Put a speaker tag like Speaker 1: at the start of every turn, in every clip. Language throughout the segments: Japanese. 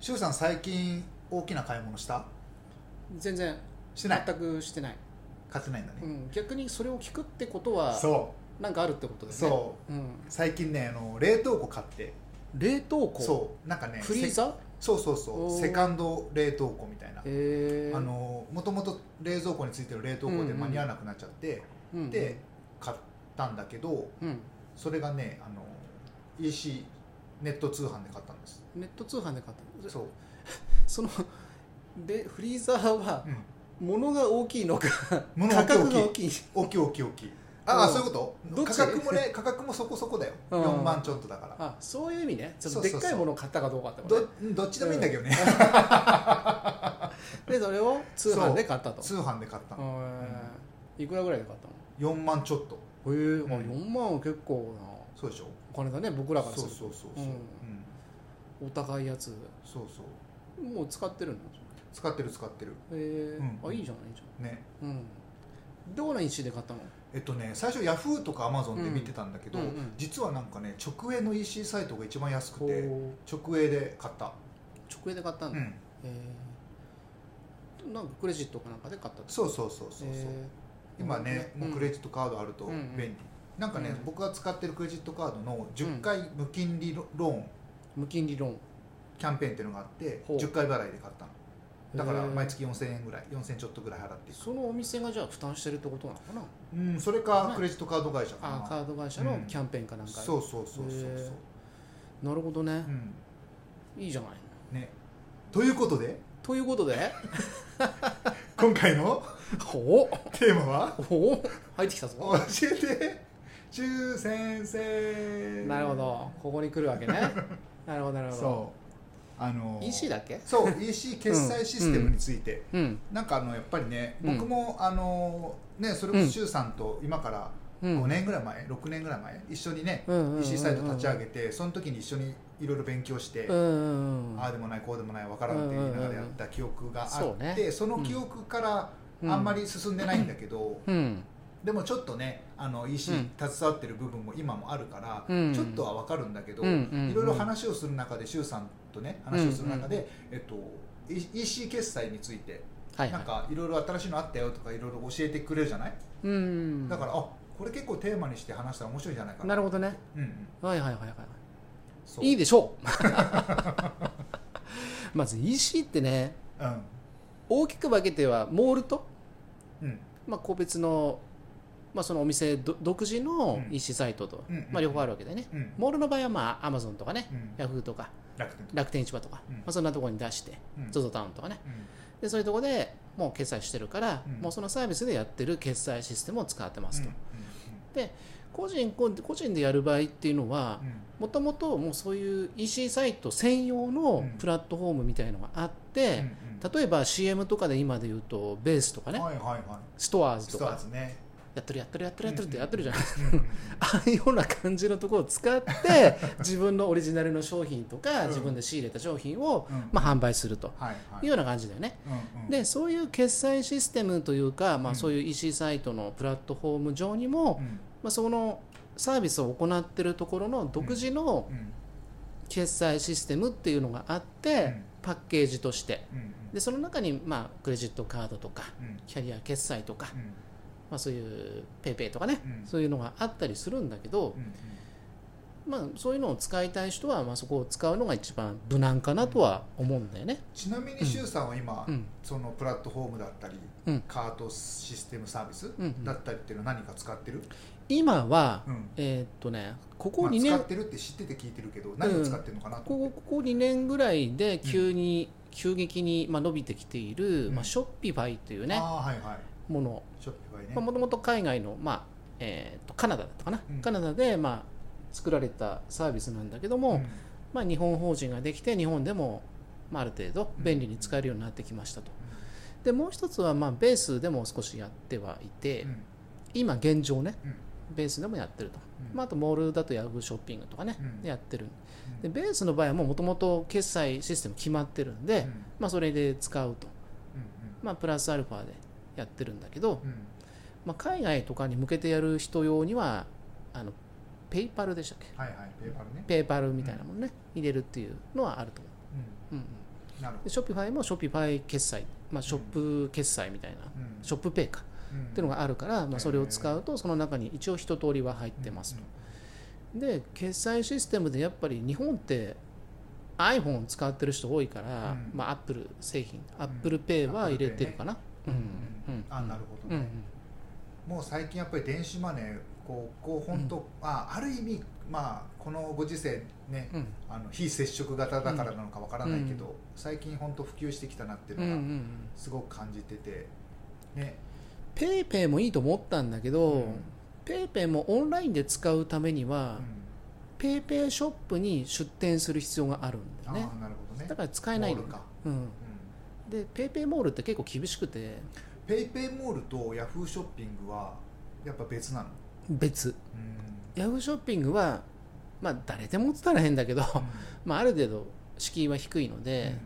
Speaker 1: しゅうさん最近大きな買い物した
Speaker 2: 全然
Speaker 1: してない
Speaker 2: 全くしてない、
Speaker 1: 買ってないんだね、
Speaker 2: うん、逆にそれを聞くってことは
Speaker 1: そ
Speaker 2: なんかあるってこと
Speaker 1: う
Speaker 2: だよね、
Speaker 1: そう
Speaker 2: ん、
Speaker 1: う最近ねあの冷凍庫買って
Speaker 2: 冷凍庫
Speaker 1: そうなんかね
Speaker 2: フリー
Speaker 1: せ
Speaker 2: ザー
Speaker 1: そうそう
Speaker 2: お
Speaker 1: そう
Speaker 2: ー
Speaker 1: セカンド冷凍庫みたいな、
Speaker 2: えー、
Speaker 1: あ、のもともと冷蔵庫についてる冷凍庫で間に合わなくなっちゃって、
Speaker 2: うん、
Speaker 1: で買ったんだけど
Speaker 2: うん、
Speaker 1: それがねあの EC ネット通販で買ったんです
Speaker 2: ネット通販で買った
Speaker 1: そう、
Speaker 2: そのでフリーザーは
Speaker 1: うん、
Speaker 2: 物が大きいのか
Speaker 1: 物が
Speaker 2: 価
Speaker 1: 大きい
Speaker 2: 格が大きい
Speaker 1: 大きい大きい大きいああ
Speaker 2: うん
Speaker 1: そういうこ
Speaker 2: ど
Speaker 1: と
Speaker 2: っち
Speaker 1: 価格もね価格もそこそこだよ
Speaker 2: うん
Speaker 1: 4万ちょっとだから
Speaker 2: あそういう意味ねちょっ
Speaker 1: そ
Speaker 2: と
Speaker 1: うそ
Speaker 2: で
Speaker 1: うそ
Speaker 2: っ
Speaker 1: う
Speaker 2: かいものを買ったかどうかってことね
Speaker 1: どどっちでもいいんだけどね、
Speaker 2: でそれを通販で買った と
Speaker 1: 通販で買ったの、
Speaker 2: えーいくらぐらいで買ったの
Speaker 1: 4万ちょっと
Speaker 2: えー
Speaker 1: うん
Speaker 2: 4万は結構な
Speaker 1: そうでしょ
Speaker 2: お金だね僕らからす
Speaker 1: そう
Speaker 2: る
Speaker 1: そうそうそう、
Speaker 2: うん
Speaker 1: うん
Speaker 2: とお高いやつ
Speaker 1: そうそう
Speaker 2: もう使ってるの
Speaker 1: 使ってる使ってる
Speaker 2: えー
Speaker 1: うん
Speaker 2: あいいじゃんいいじ
Speaker 1: ね
Speaker 2: ゃんうんどの石で買ったの
Speaker 1: えっとね最初ヤフーとかアマゾンで見てたんだけど、
Speaker 2: うんうんうん
Speaker 1: 実はなんかね直営の EC サイトが一番安く
Speaker 2: こう
Speaker 1: て直営で買った、
Speaker 2: 直営で買った
Speaker 1: うん
Speaker 2: だ、
Speaker 1: ん、
Speaker 2: えーなんかクレジットかなんかで買ったと
Speaker 1: そうそうそうそうそう、
Speaker 2: えー
Speaker 1: 今ね、
Speaker 2: う
Speaker 1: も
Speaker 2: ん
Speaker 1: うクレジットカードあると
Speaker 2: うんう
Speaker 1: 便
Speaker 2: ん
Speaker 1: 利、なんかね、
Speaker 2: うん
Speaker 1: 僕が使ってるクレジットカードの10回無金利ロローン
Speaker 2: 無金利ローン
Speaker 1: キャンペーンっていうのがあって
Speaker 2: ほう
Speaker 1: 10回払いで買ったのだから
Speaker 2: えー
Speaker 1: 毎月4000円ぐらい4000ちょっとぐらい払っていく
Speaker 2: そのお店がじゃあ負担してるってことなのかな
Speaker 1: うん、それかクレジットカード会社かな
Speaker 2: あカード会社のキャンペーンかなんか
Speaker 1: そうそうそうそうそう、
Speaker 2: へなるほどね
Speaker 1: うん
Speaker 2: いいじゃない
Speaker 1: ねということ で
Speaker 2: ということ で
Speaker 1: 今回の
Speaker 2: お
Speaker 1: テーマは
Speaker 2: おお入ってき
Speaker 1: 「
Speaker 2: たぞ
Speaker 1: 教えて中先生」
Speaker 2: なるほどここに来るわけ ねなるほどなるほど
Speaker 1: そうあの
Speaker 2: EC だっけ
Speaker 1: そう EC 決済システムについて、
Speaker 2: うん
Speaker 1: なんかあのやっぱりね
Speaker 2: うん
Speaker 1: 僕も、あのねそれこそ周さんと今から
Speaker 2: うん
Speaker 1: 5年ぐらい前6年ぐらい前一緒にね
Speaker 2: うんうんうんうん
Speaker 1: EC サイト立ち上げてその時に一緒にいろいろ勉強して、
Speaker 2: うんうんうん
Speaker 1: ああでもないこうでもないわからんって言いながらやった記憶があって、
Speaker 2: うんうんうんそうね
Speaker 1: その記憶から
Speaker 2: うん
Speaker 1: あんまり進んでないんだけど、
Speaker 2: うん
Speaker 1: でもちょっとねあの EC
Speaker 2: う
Speaker 1: 携
Speaker 2: ん
Speaker 1: わってる部分も今もあるから、
Speaker 2: うん
Speaker 1: ちょっとはわかるんだけど、
Speaker 2: うんうんうん
Speaker 1: いろいろ話をする中で周さんとね話をする中で、えっと、E- EC 決済について、
Speaker 2: はいは
Speaker 1: ないんかいろいろ新しいのあったよとかいろいろ教えてくれるじゃない、
Speaker 2: うん
Speaker 1: だからあこれ結構テーマにして話したら面白いじゃないかな
Speaker 2: なるほどね
Speaker 1: うんうん
Speaker 2: はいはいはいは
Speaker 1: そう
Speaker 2: いいいでしょう まず EC ってね
Speaker 1: うん
Speaker 2: 大きく分けてはモールと、
Speaker 1: うん
Speaker 2: まあ、個別の、まあ、そのお店ど独自の
Speaker 1: うん
Speaker 2: EC サイトと、
Speaker 1: うんうん
Speaker 2: まあ、両方あるわけでね
Speaker 1: うん
Speaker 2: モールの場合はまあ Amazon とかね、
Speaker 1: うん
Speaker 2: ヤフーとか
Speaker 1: 楽天とか
Speaker 2: 楽天市場とか、
Speaker 1: うん
Speaker 2: まあ、そんなところに出して、
Speaker 1: うん
Speaker 2: ZOZO タウンとかね
Speaker 1: うん
Speaker 2: でそういうところでもう決済してるから、
Speaker 1: うん
Speaker 2: もうそのサービスでやってる決済システムを使ってますと、個人個個人でやる場合っていうのは
Speaker 1: うんうんうん
Speaker 2: もともともうそういう EC サイト専用のプラットフォームみたいのがあって、例えば CM とかで今で言うとベースとかね、
Speaker 1: はいはいはい
Speaker 2: ストアーズ
Speaker 1: ス
Speaker 2: と
Speaker 1: トア
Speaker 2: か
Speaker 1: ーズね
Speaker 2: やってるやってるやってるやってるって
Speaker 1: うん
Speaker 2: やってるじゃない、
Speaker 1: うんうん
Speaker 2: ああいうような感じのところを 使って自分のオリジナルの商品とか、
Speaker 1: うん
Speaker 2: 自分で仕入れた商品を、
Speaker 1: うん
Speaker 2: まあ、販売すると
Speaker 1: はいはい
Speaker 2: いうような感じだよね。
Speaker 1: うんうん
Speaker 2: でそういう決済システムというか、ま
Speaker 1: う
Speaker 2: あ、
Speaker 1: ん
Speaker 2: そういう EC サイトのプラットフォーム上にも、
Speaker 1: うん
Speaker 2: まあ、そのサービスを行ってるところの独自の
Speaker 1: うん
Speaker 2: 決済システムっていうのがあって、
Speaker 1: うん
Speaker 2: パッケージとして
Speaker 1: うん
Speaker 2: でその中に、まあ、クレジットカードとか
Speaker 1: うんうん
Speaker 2: キャリア決済とか、
Speaker 1: うん
Speaker 2: まあ、そういうペイペイとかね、
Speaker 1: うん
Speaker 2: そういうのがあったりするんだけど
Speaker 1: う、ん
Speaker 2: まあ、そういうのを使いたい人は、まあ、そこを使うのが一番無難かなとは思うんだよね。
Speaker 1: ちなみに周さんは今
Speaker 2: うん
Speaker 1: そのプラットフォームだったり
Speaker 2: うん
Speaker 1: カートシステムサービス
Speaker 2: うんうん
Speaker 1: だったりっていうのは何か使ってる
Speaker 2: 今は、
Speaker 1: うん
Speaker 2: えーっとねここ
Speaker 1: まあ
Speaker 2: 2
Speaker 1: 使
Speaker 2: 年
Speaker 1: ってるって知ってて聞いてるけど何を使ってるのかなと思
Speaker 2: こ
Speaker 1: って
Speaker 2: ここ2年ぐらいで急に、急激に、まあ、伸びてきている、
Speaker 1: うん
Speaker 2: まあ、ショッピファイという
Speaker 1: あ
Speaker 2: ね
Speaker 1: あはいはい
Speaker 2: もの
Speaker 1: ショッピファイね
Speaker 2: もともと海外の、まあえー、とカナダだったかな、
Speaker 1: うん
Speaker 2: カナダで、まあ作られたサービスなんだけども、
Speaker 1: うん
Speaker 2: まあ、日本法人ができて日本でも、まあ、ある程度便利に使えるようになってきましたと。でもう一つはまあベースでも少しやってはいて、
Speaker 1: うん
Speaker 2: 今現状ね、
Speaker 1: うん
Speaker 2: ベースでもやってると、
Speaker 1: うん
Speaker 2: まあ、あとモールだとヤフーショッピングとかね、
Speaker 1: うん
Speaker 2: やってる
Speaker 1: う
Speaker 2: でベースの場合はもともと決済システム決まってるんで、
Speaker 1: うんうん
Speaker 2: まあ、それで使うと、
Speaker 1: うん
Speaker 2: まあ、プラスアルファでやってるんだけど、
Speaker 1: うん
Speaker 2: まあ、海外とかに向けてやる人用にはあのペイパルでしたっけ
Speaker 1: はいはいペーパルね、
Speaker 2: ペイパルみたいなもんね、入れるっていうのはあると思う、うんうん、
Speaker 1: うん、なるほ
Speaker 2: で
Speaker 1: ど、
Speaker 2: ショッピファイもショッピファイ決済、まあ、ショップ決済みたいな、
Speaker 1: うん
Speaker 2: ショップペイか
Speaker 1: うん、
Speaker 2: っていうのがあるから、ま
Speaker 1: へ
Speaker 2: あ、
Speaker 1: え
Speaker 2: それを使うとその中に一応一通りは入っ
Speaker 1: うん
Speaker 2: てますと、で決済システムでやっぱり日本って iPhone 使ってる人多いから、
Speaker 1: うん
Speaker 2: まあ、Apple 製品 ApplePay は入れてるかな、うん
Speaker 1: うん
Speaker 2: うん
Speaker 1: あなるほど
Speaker 2: うん
Speaker 1: ね、もう最近やっぱり電子マネーこうこう本当、まあある意味まあこのご時世ね
Speaker 2: うんうん
Speaker 1: あの非接触型だからなのかわからないけど、最近本当普及してきたなっていう
Speaker 2: うんう
Speaker 1: のが
Speaker 2: ん
Speaker 1: すごく感じててね
Speaker 2: ペイペイもいいと思ったんだけど、
Speaker 1: うん
Speaker 2: ペイペイもオンラインで使うためには、ペイペイショップに出店する必要があるんだ
Speaker 1: ああ
Speaker 2: よね
Speaker 1: ーなるほどね
Speaker 2: だから使えないんだ
Speaker 1: モールか
Speaker 2: うん、
Speaker 1: う
Speaker 2: でペイペイモールって結構厳しくて
Speaker 1: んペイペイモールとヤフーショッピングはやっぱ別なの
Speaker 2: 別
Speaker 1: うん
Speaker 2: ヤフーショッピングは、まあ、誰でもって言ったら変だけど、 まあ、ある程度敷居は低いので、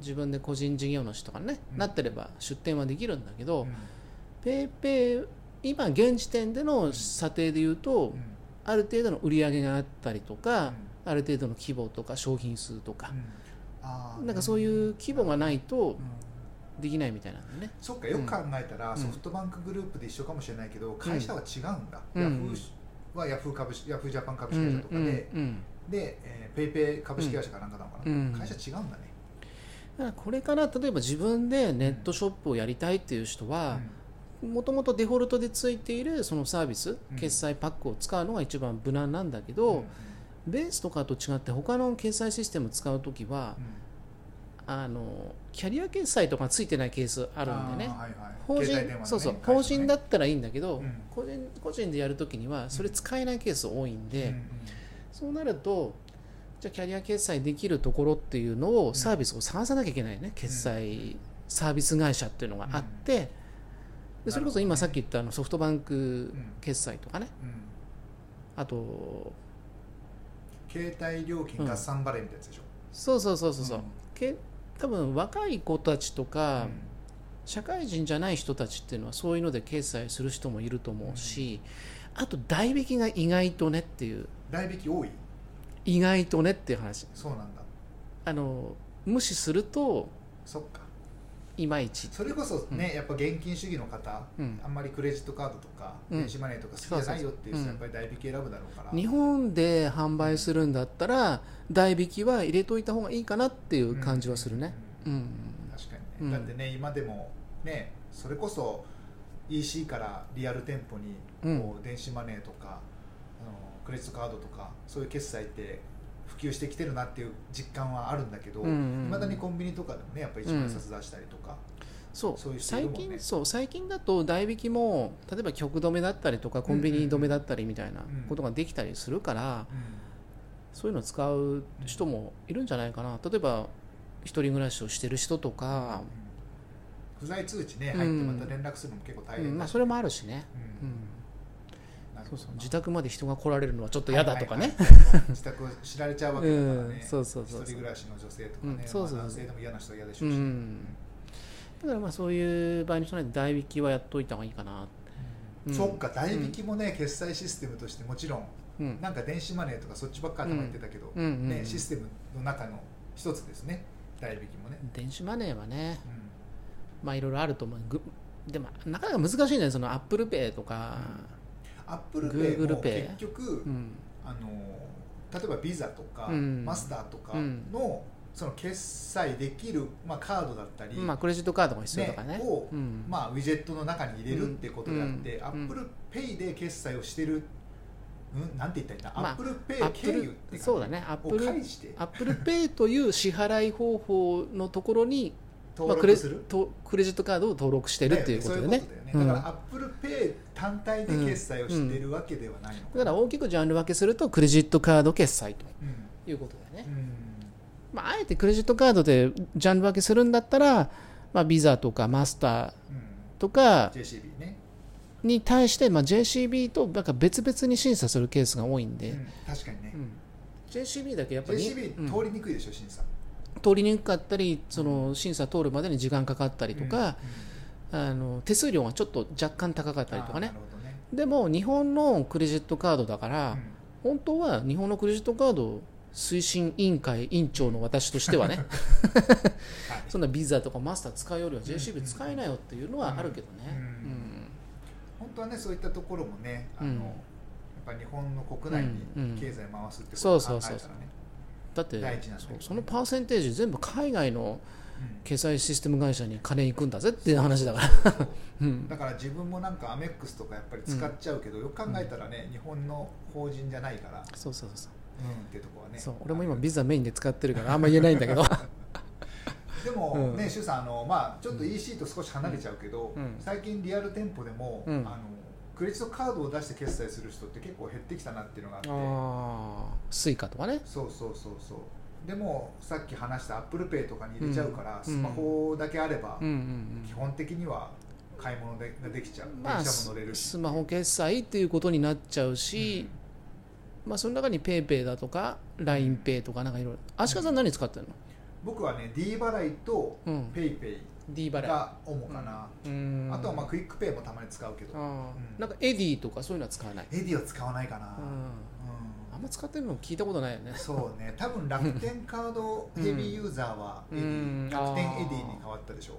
Speaker 2: 自分で個人事業主とかね、
Speaker 1: うん
Speaker 2: なってれば出店はできるんだけ
Speaker 1: う
Speaker 2: ど、
Speaker 1: んうん
Speaker 2: ペイペイ今現時点での査定で言うと、
Speaker 1: うん
Speaker 2: ある程度の売り上げがあったりとか、
Speaker 1: うん
Speaker 2: ある程度の規模とか商品数とか、
Speaker 1: あー
Speaker 2: なんかそういう規模がないと
Speaker 1: うん
Speaker 2: できないみたいなんだよね。
Speaker 1: そっかよく考えたら、
Speaker 2: うん
Speaker 1: ソフトバンクグループで一緒かもしれないけど、会社は違うんだ、
Speaker 2: うん
Speaker 1: ヤフーはヤフー株式ヤフージャパン株
Speaker 2: う
Speaker 1: 式会社
Speaker 2: ん
Speaker 1: とか
Speaker 2: う
Speaker 1: で、
Speaker 2: ん
Speaker 1: で、
Speaker 2: うん
Speaker 1: えーペイペイ株式会社かなんかなのかな、
Speaker 2: うん
Speaker 1: 会社違うんだね、
Speaker 2: だからこれから例えば自分でネットショップをやりたいっていう人は、もともとデフォルトでついているそのサービス、
Speaker 1: うん
Speaker 2: 決済パックを使うのが一番無難なんだけ
Speaker 1: うん
Speaker 2: ど、ベースとかと違って他の決済システム使う時は、あのキャリア決済とかついてないケースあるんでね
Speaker 1: あーはいはい
Speaker 2: 法人
Speaker 1: 携帯電話のね
Speaker 2: そうそう
Speaker 1: 会社
Speaker 2: 法
Speaker 1: ね
Speaker 2: 人だったらいいんだけど、
Speaker 1: うん
Speaker 2: 個人個人でやるときにはそれ使えないケース多いんで、
Speaker 1: うんうん
Speaker 2: そうなるとじゃあキャリア決済できるところっていうのをサービスを探さなきゃいけないね、決済サービス会社っていうのがあって、でそれこそ今さっき言ったあのソフトバンク決済とかね、
Speaker 1: うん
Speaker 2: あと
Speaker 1: 携帯料金合算払いみたいなやつでしょ、
Speaker 2: そうそうそうそうそう、
Speaker 1: うん
Speaker 2: け多分若い子たちと
Speaker 1: う
Speaker 2: か、
Speaker 1: ん
Speaker 2: 社会人じゃない人たちっていうのはそういうので決済する人もいると思うし、あと代引きが意外とねっていう
Speaker 1: 代引き多い
Speaker 2: 意外とねっていう話
Speaker 1: そうなんだ
Speaker 2: あの無視すると
Speaker 1: そっか
Speaker 2: いまいち、
Speaker 1: それこそね、やっぱ現金主義の方
Speaker 2: うん
Speaker 1: あんまりクレジットカードとか
Speaker 2: うん
Speaker 1: 電子マネーとか好きじゃないよっていう人は
Speaker 2: そ
Speaker 1: や
Speaker 2: う
Speaker 1: っぱり代引き選ぶだろうから、
Speaker 2: 日本で販売するんだったら代引きは入れといた方がいいかなっていう感じはするね、
Speaker 1: う
Speaker 2: うんん
Speaker 1: 確か
Speaker 2: う
Speaker 1: に
Speaker 2: ん
Speaker 1: ね、だってね今でもねそれこそ EC からリアル店舗に
Speaker 2: うん
Speaker 1: こう電子マネーとか、あのクレジットカードとかそういう決済って普及してきてるなっていう実感はあるんだけどい
Speaker 2: うんうんうん
Speaker 1: ま、未だにコンビニとかでもねやっぱり1万円札出したりとか、
Speaker 2: そう
Speaker 1: そういう人いる
Speaker 2: 最
Speaker 1: もんね
Speaker 2: 近そう最近だと代引きも例えば局止めだったりとかコンビニ止めだったりみたいなことができたりするから、そういうのを使う人もいるんじゃないかな例えば一人暮らしをしてる人とか、
Speaker 1: 不在通知ね
Speaker 2: うん
Speaker 1: 入ってまた連絡するのも結構大
Speaker 2: う
Speaker 1: 変
Speaker 2: んま
Speaker 1: だ
Speaker 2: あ、
Speaker 1: し、
Speaker 2: それもあるしね、
Speaker 1: うん
Speaker 2: うん、
Speaker 1: なる
Speaker 2: そ
Speaker 1: ほ
Speaker 2: う
Speaker 1: ど
Speaker 2: そう自宅まで人が来られるのはちょっと嫌だとかね、
Speaker 1: はいはい はい自宅を知られちゃうわけだからね、
Speaker 2: うんそうそうそうそう
Speaker 1: 一人暮らしの女性とかね、
Speaker 2: うんそうそうそう
Speaker 1: まあ男性でも嫌な人は嫌でし
Speaker 2: う
Speaker 1: ょうし、
Speaker 2: ん、だからまあそういう場合に備えて代引きはやっといた方がいいかな、うん
Speaker 1: そっか代引きもね、決済システムとしてもちろん
Speaker 2: うん
Speaker 1: なんか電子マネーとかそっちばっかり頭言ってたけど、
Speaker 2: うんうんうん
Speaker 1: ね、システムの中の一つですね代引きもね、
Speaker 2: 電子マネーはね
Speaker 1: うん
Speaker 2: まあいろいろあると思うぐでもなかなか難しいねそのアップルペイとか、
Speaker 1: アップルペイ
Speaker 2: Google
Speaker 1: も
Speaker 2: Pay
Speaker 1: 結局、
Speaker 2: うん
Speaker 1: あの例えばビザとか、
Speaker 2: うん
Speaker 1: マスターとかの、
Speaker 2: うん
Speaker 1: その決済できる、まあ、カードだったり、
Speaker 2: まあクレジットカードが必要とかね
Speaker 1: ねを
Speaker 2: うん
Speaker 1: まあ、ウィジェットの中に入れるってことであって、
Speaker 2: うん
Speaker 1: アップルペイで決済をしてる、うん、なんて言ったらいいんだ、
Speaker 2: まあ
Speaker 1: アップルペイ
Speaker 2: アッ
Speaker 1: 経
Speaker 2: プ
Speaker 1: 由って
Speaker 2: ル
Speaker 1: 感じ
Speaker 2: そうだねアッ
Speaker 1: を
Speaker 2: プル
Speaker 1: 介して
Speaker 2: アップルペイという支払い方法のところにまあ
Speaker 1: 登
Speaker 2: クレ
Speaker 1: 録する、
Speaker 2: とクレジットカードを登録してるっていうことでね
Speaker 1: だよねそういうことだよね
Speaker 2: うん
Speaker 1: だからアップルペイ単体で決済をしてるわけではないのか
Speaker 2: だから
Speaker 1: な、
Speaker 2: 大きくジャンル分けするとクレジットカード決済と
Speaker 1: うん
Speaker 2: いうことだよね、
Speaker 1: うん
Speaker 2: まあ、あえてクレジットカードでジャンル分けするんだったら、まあ、ビザとかマスター
Speaker 1: うん、
Speaker 2: とか
Speaker 1: JCB ね、
Speaker 2: に対して、まあ、JCB となんか別々に審査するケースが多いんで、
Speaker 1: うん確かにね、
Speaker 2: うん JCB だけやっぱり
Speaker 1: JCB
Speaker 2: うん
Speaker 1: 通りにくいでしょ審査
Speaker 2: 通りにくかったりその審査通るまでに時間かかったりとか、あの手数料がちょっと若干高かったりとか
Speaker 1: あー
Speaker 2: ね
Speaker 1: なるほどね
Speaker 2: でも日本のクレジットカードだから、本当は日本のクレジットカード推進委員会委員長の私としてはねそんなビザとかマスター使うよりは JCB 使えないよっていうのはあるけどね、
Speaker 1: うん本当はねそういったところもねあの、
Speaker 2: うん
Speaker 1: やっぱ日本の国内に経済回すってこと
Speaker 2: うんう
Speaker 1: を考えた
Speaker 2: んそうそうそ
Speaker 1: ら
Speaker 2: う
Speaker 1: ね
Speaker 2: だって
Speaker 1: 大事なんだ
Speaker 2: そ
Speaker 1: けど
Speaker 2: う
Speaker 1: ね
Speaker 2: そのパーセンテージ全部海外の
Speaker 1: うん
Speaker 2: 決済システム会社に金行くんだぜっていう話だから、
Speaker 1: そう
Speaker 2: うん
Speaker 1: だから自分もなんかアメックスとかやっぱり使っちゃうけど、よく考えたらね日本の法人じゃないから、
Speaker 2: そうそうそうそう
Speaker 1: うん、ってとこはね
Speaker 2: そう俺も今ビザメインで使ってるからあんま言えないんだけど
Speaker 1: でも
Speaker 2: うん
Speaker 1: ね、シュウさんあの、まあ、ちょっと EC と少し離れちゃうけど、
Speaker 2: うん
Speaker 1: 最近リアル店舗でも、
Speaker 2: うん
Speaker 1: あのクレジットカードを出して決済する人って結構減ってきたなっていうのがあって
Speaker 2: ああスイカとかね
Speaker 1: そうそうそうそうでもさっき話したアップルペイとかに入れちゃうから、
Speaker 2: ん
Speaker 1: スマホだけあれば、
Speaker 2: うんうん
Speaker 1: 基本的には買い物でができちゃう、
Speaker 2: うんまあ
Speaker 1: 電車も乗れるし、
Speaker 2: スマホ決済っていうことになっちゃうし、まあ、その中に PayPay だとか LINEPay とかなんかいろいろ足利さん何使ってるの、
Speaker 1: 僕はね D 払いと
Speaker 2: うん、
Speaker 1: ペイペイ
Speaker 2: D 払
Speaker 1: が主かな、
Speaker 2: いうん
Speaker 1: あとはまあクイックペイもたまに使うけど、
Speaker 2: あ
Speaker 1: う
Speaker 2: ー
Speaker 1: ん
Speaker 2: なんかエディとかそういうのは使わない、
Speaker 1: エディは使わないかな、
Speaker 2: う
Speaker 1: うん
Speaker 2: ん、あんま使ってるの聞いたことないよね
Speaker 1: そうね多分楽天カードヘビーユーザーはエディ、
Speaker 2: うん
Speaker 1: 楽天エディ
Speaker 2: あ
Speaker 1: に
Speaker 2: ー
Speaker 1: 変わったでしょ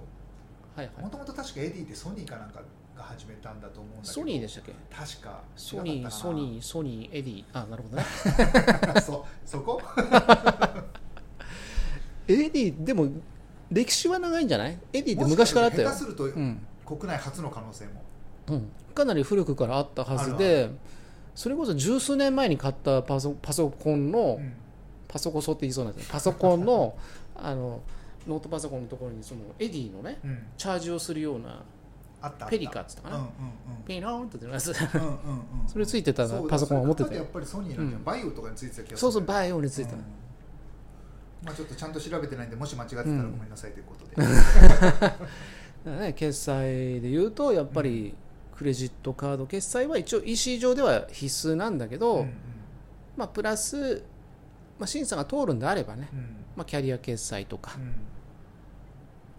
Speaker 2: はいは
Speaker 1: も
Speaker 2: い
Speaker 1: ともと確かエディってソニーかなんかが始めたんだと思うんだけど
Speaker 2: ソニーでしたっけ
Speaker 1: 確か
Speaker 2: ソニーソニーソニーエディあなるほどね
Speaker 1: ー そそこ
Speaker 2: エディでも歴史は長いんじゃないエディって昔からあったよ
Speaker 1: もしかすると下手す
Speaker 2: う
Speaker 1: る
Speaker 2: ん
Speaker 1: と国内初の可能性も
Speaker 2: うん、かなり古くからあったはず
Speaker 1: ある
Speaker 2: でそれこそ十数年前に買ったパソパソコンの、
Speaker 1: うん
Speaker 2: パソコソって言いそうなんですけどパソコンの あのノートパソコンのところにそのエディのね
Speaker 1: うん
Speaker 2: チャージをするような
Speaker 1: あったあった
Speaker 2: ペリカっつったかな
Speaker 1: うんうん
Speaker 2: ペローンって出ます
Speaker 1: うんうんうんうん
Speaker 2: それついてた
Speaker 1: そう
Speaker 2: パソコンを持って
Speaker 1: そ
Speaker 2: た
Speaker 1: れ考えらやっぱ
Speaker 2: よ
Speaker 1: りソニーなんじゃん
Speaker 2: うん
Speaker 1: バイオとかについてた気がする
Speaker 2: そうそうバイオについて
Speaker 1: う
Speaker 2: た
Speaker 1: んまあちょっとちゃんと調べてないんでもし間違ってたらごめんなさいということで、
Speaker 2: だからね決済で言うとやっぱりクレジットカード決済は一応 EC 上では必須なんだけど、
Speaker 1: うん
Speaker 2: まあプラス、まあ、審査が通るんであればね
Speaker 1: う、ん
Speaker 2: まあ、キャリア決済とか
Speaker 1: うん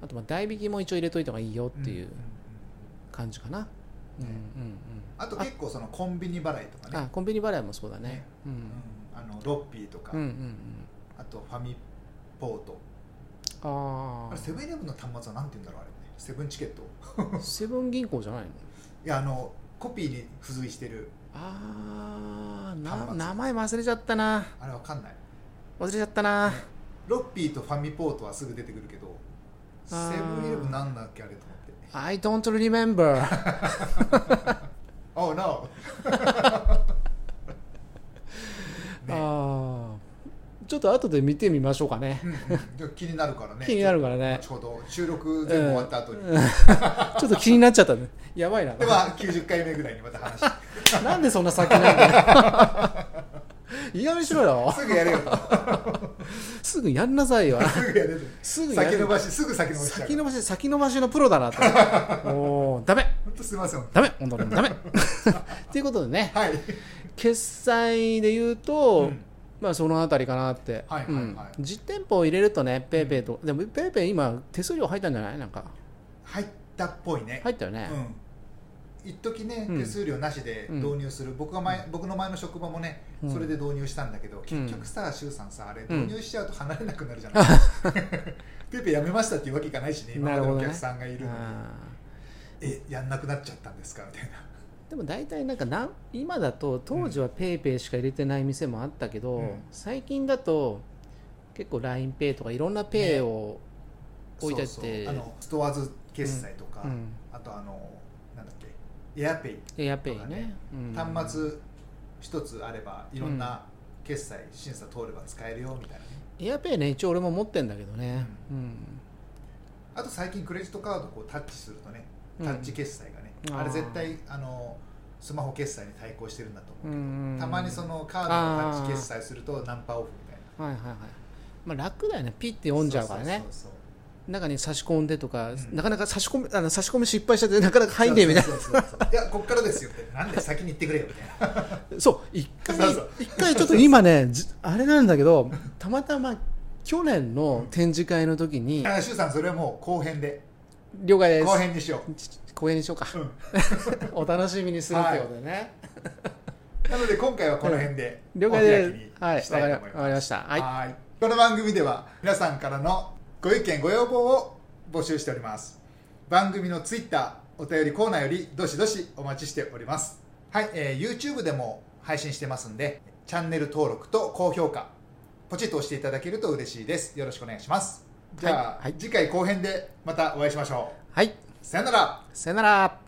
Speaker 2: あとまあ代引きも一応入れといた方がいいよっていうん
Speaker 1: ん
Speaker 2: 感じかな、うんうんうん
Speaker 1: あと結構そのコンビニ払いとかね
Speaker 2: あコンビニ払いもそうだね
Speaker 1: ね
Speaker 2: うん
Speaker 1: うんあのロッピーとか、
Speaker 2: うんうんうん
Speaker 1: あとファミポート
Speaker 2: あ
Speaker 1: あれセブンイレブンの端末はなんて言うんだろうあれねセブンチケット
Speaker 2: あセブン銀行じゃな いの
Speaker 1: いやあのコピーに付随してる
Speaker 2: ああ
Speaker 1: 端末
Speaker 2: 名前忘れちゃったな
Speaker 1: あれわかんない
Speaker 2: 忘れちゃったな
Speaker 1: ロッピーとファミポートはすぐ出てくるけどセ
Speaker 2: あー
Speaker 1: ブンイレブンなんだっけあれと思って
Speaker 2: I don't remember
Speaker 1: おう no
Speaker 2: あーちょっと後で見てみましょうかね
Speaker 1: うんうん、でも気になるからね
Speaker 2: 気になるからね
Speaker 1: ちょっと後ほど収録全部終わった後に、
Speaker 2: ちょっと気になっちゃったねや ばいな
Speaker 1: では90回目ぐらいにまた話して
Speaker 2: なんでそんな先なんだよ いやめしろよ
Speaker 1: すぐやれよと
Speaker 2: すぐやんなさいよ
Speaker 1: すぐやれよ
Speaker 2: すぐや
Speaker 1: 先
Speaker 2: る
Speaker 1: 延ばしすぐ先延ばしちゃう
Speaker 2: 先延ばし先延ばしのプロだなと おーダメ
Speaker 1: 本当すいません
Speaker 2: ダメ本当にダメ ということでね
Speaker 1: はい、
Speaker 2: 決済で言う
Speaker 1: う
Speaker 2: と、
Speaker 1: ん
Speaker 2: まあそのあたりかなって、
Speaker 1: はいはいはい
Speaker 2: うん実店舗を入れるとねペイペイとでもペイペイ今手数料入ったんじゃないなんか
Speaker 1: 入ったっぽいね、
Speaker 2: 入ったよね、
Speaker 1: うん一時ね
Speaker 2: うん
Speaker 1: 手数料なしで導入する、僕が前僕の前の職場もね、
Speaker 2: うん
Speaker 1: それで導入したんだけど、
Speaker 2: ん
Speaker 1: 結局さ周さんさあれ
Speaker 2: うん
Speaker 1: 導入しちゃうと離れなくなるじゃない、 ペイペイやめましたっていうわけいかないしね今ま
Speaker 2: な
Speaker 1: で
Speaker 2: るほど
Speaker 1: お
Speaker 2: ね
Speaker 1: 客さんがいるのに
Speaker 2: あ
Speaker 1: えやんなくなっちゃったんですかみたいな、
Speaker 2: ーでも大体なんかなん今だと当時はペイペイしか入れてない店もあったけど、
Speaker 1: うん
Speaker 2: 最近だと結構 l i n e イとかいろんなペイを 置いてあっ
Speaker 1: そう
Speaker 2: て、
Speaker 1: そうあのストアーズ決済とか、
Speaker 2: うん
Speaker 1: あとあのなんだっけエアペイ
Speaker 2: エアペイね
Speaker 1: とかね
Speaker 2: うん
Speaker 1: 端末一つあればいろんな決済審査通れば使えるよみたいなね
Speaker 2: エアペイね一応俺も持ってんだけどね、うん
Speaker 1: あと最近クレジットカードをこうタッチするとねタッチ決済がね、あれ絶対あのスマホ決済に対抗してるんだと思う、
Speaker 2: うん
Speaker 1: たまにそのカードのタッチ決済するとナンパオフみたいな
Speaker 2: はいはいはいまあ楽だよねピッて読んじゃうからね
Speaker 1: そうそうそう
Speaker 2: 中に差し込んでとか、
Speaker 1: うん
Speaker 2: なかなか差し込みあの差し込み失敗しちゃってなかなか入んねえみたいな
Speaker 1: そうそうそうそういやこっからですよってなんで先に行ってくれよみたいな
Speaker 2: そう一回
Speaker 1: そうそう
Speaker 2: 一回ちょっと今ねじあれなんだけどたまたま去年の展示会の時に
Speaker 1: あシュウさんそれはもう後編で
Speaker 2: 了解です
Speaker 1: 後編にしよう
Speaker 2: ち公演にしようか、
Speaker 1: ん
Speaker 2: お楽しみにするってことでね、
Speaker 1: なので今回はこの辺で
Speaker 2: 了解で
Speaker 1: お開
Speaker 2: す
Speaker 1: き
Speaker 2: は
Speaker 1: に
Speaker 2: いわ
Speaker 1: したい
Speaker 2: かり
Speaker 1: と
Speaker 2: わ
Speaker 1: 思います
Speaker 2: かりましたはい
Speaker 1: はいこの番組では皆さんからのご意見ご要望を募集しております番組のツイッターお便りコーナーよりどしどしお待ちしておりますはい、えー YouTube でも配信してますんでチャンネル登録と高評価ポチッと押していただけると嬉しいですよろしくお願いしますじゃあ、
Speaker 2: はいはい
Speaker 1: 次回後編でまたお会いしましょう
Speaker 2: はい
Speaker 1: さよなら
Speaker 2: さよなら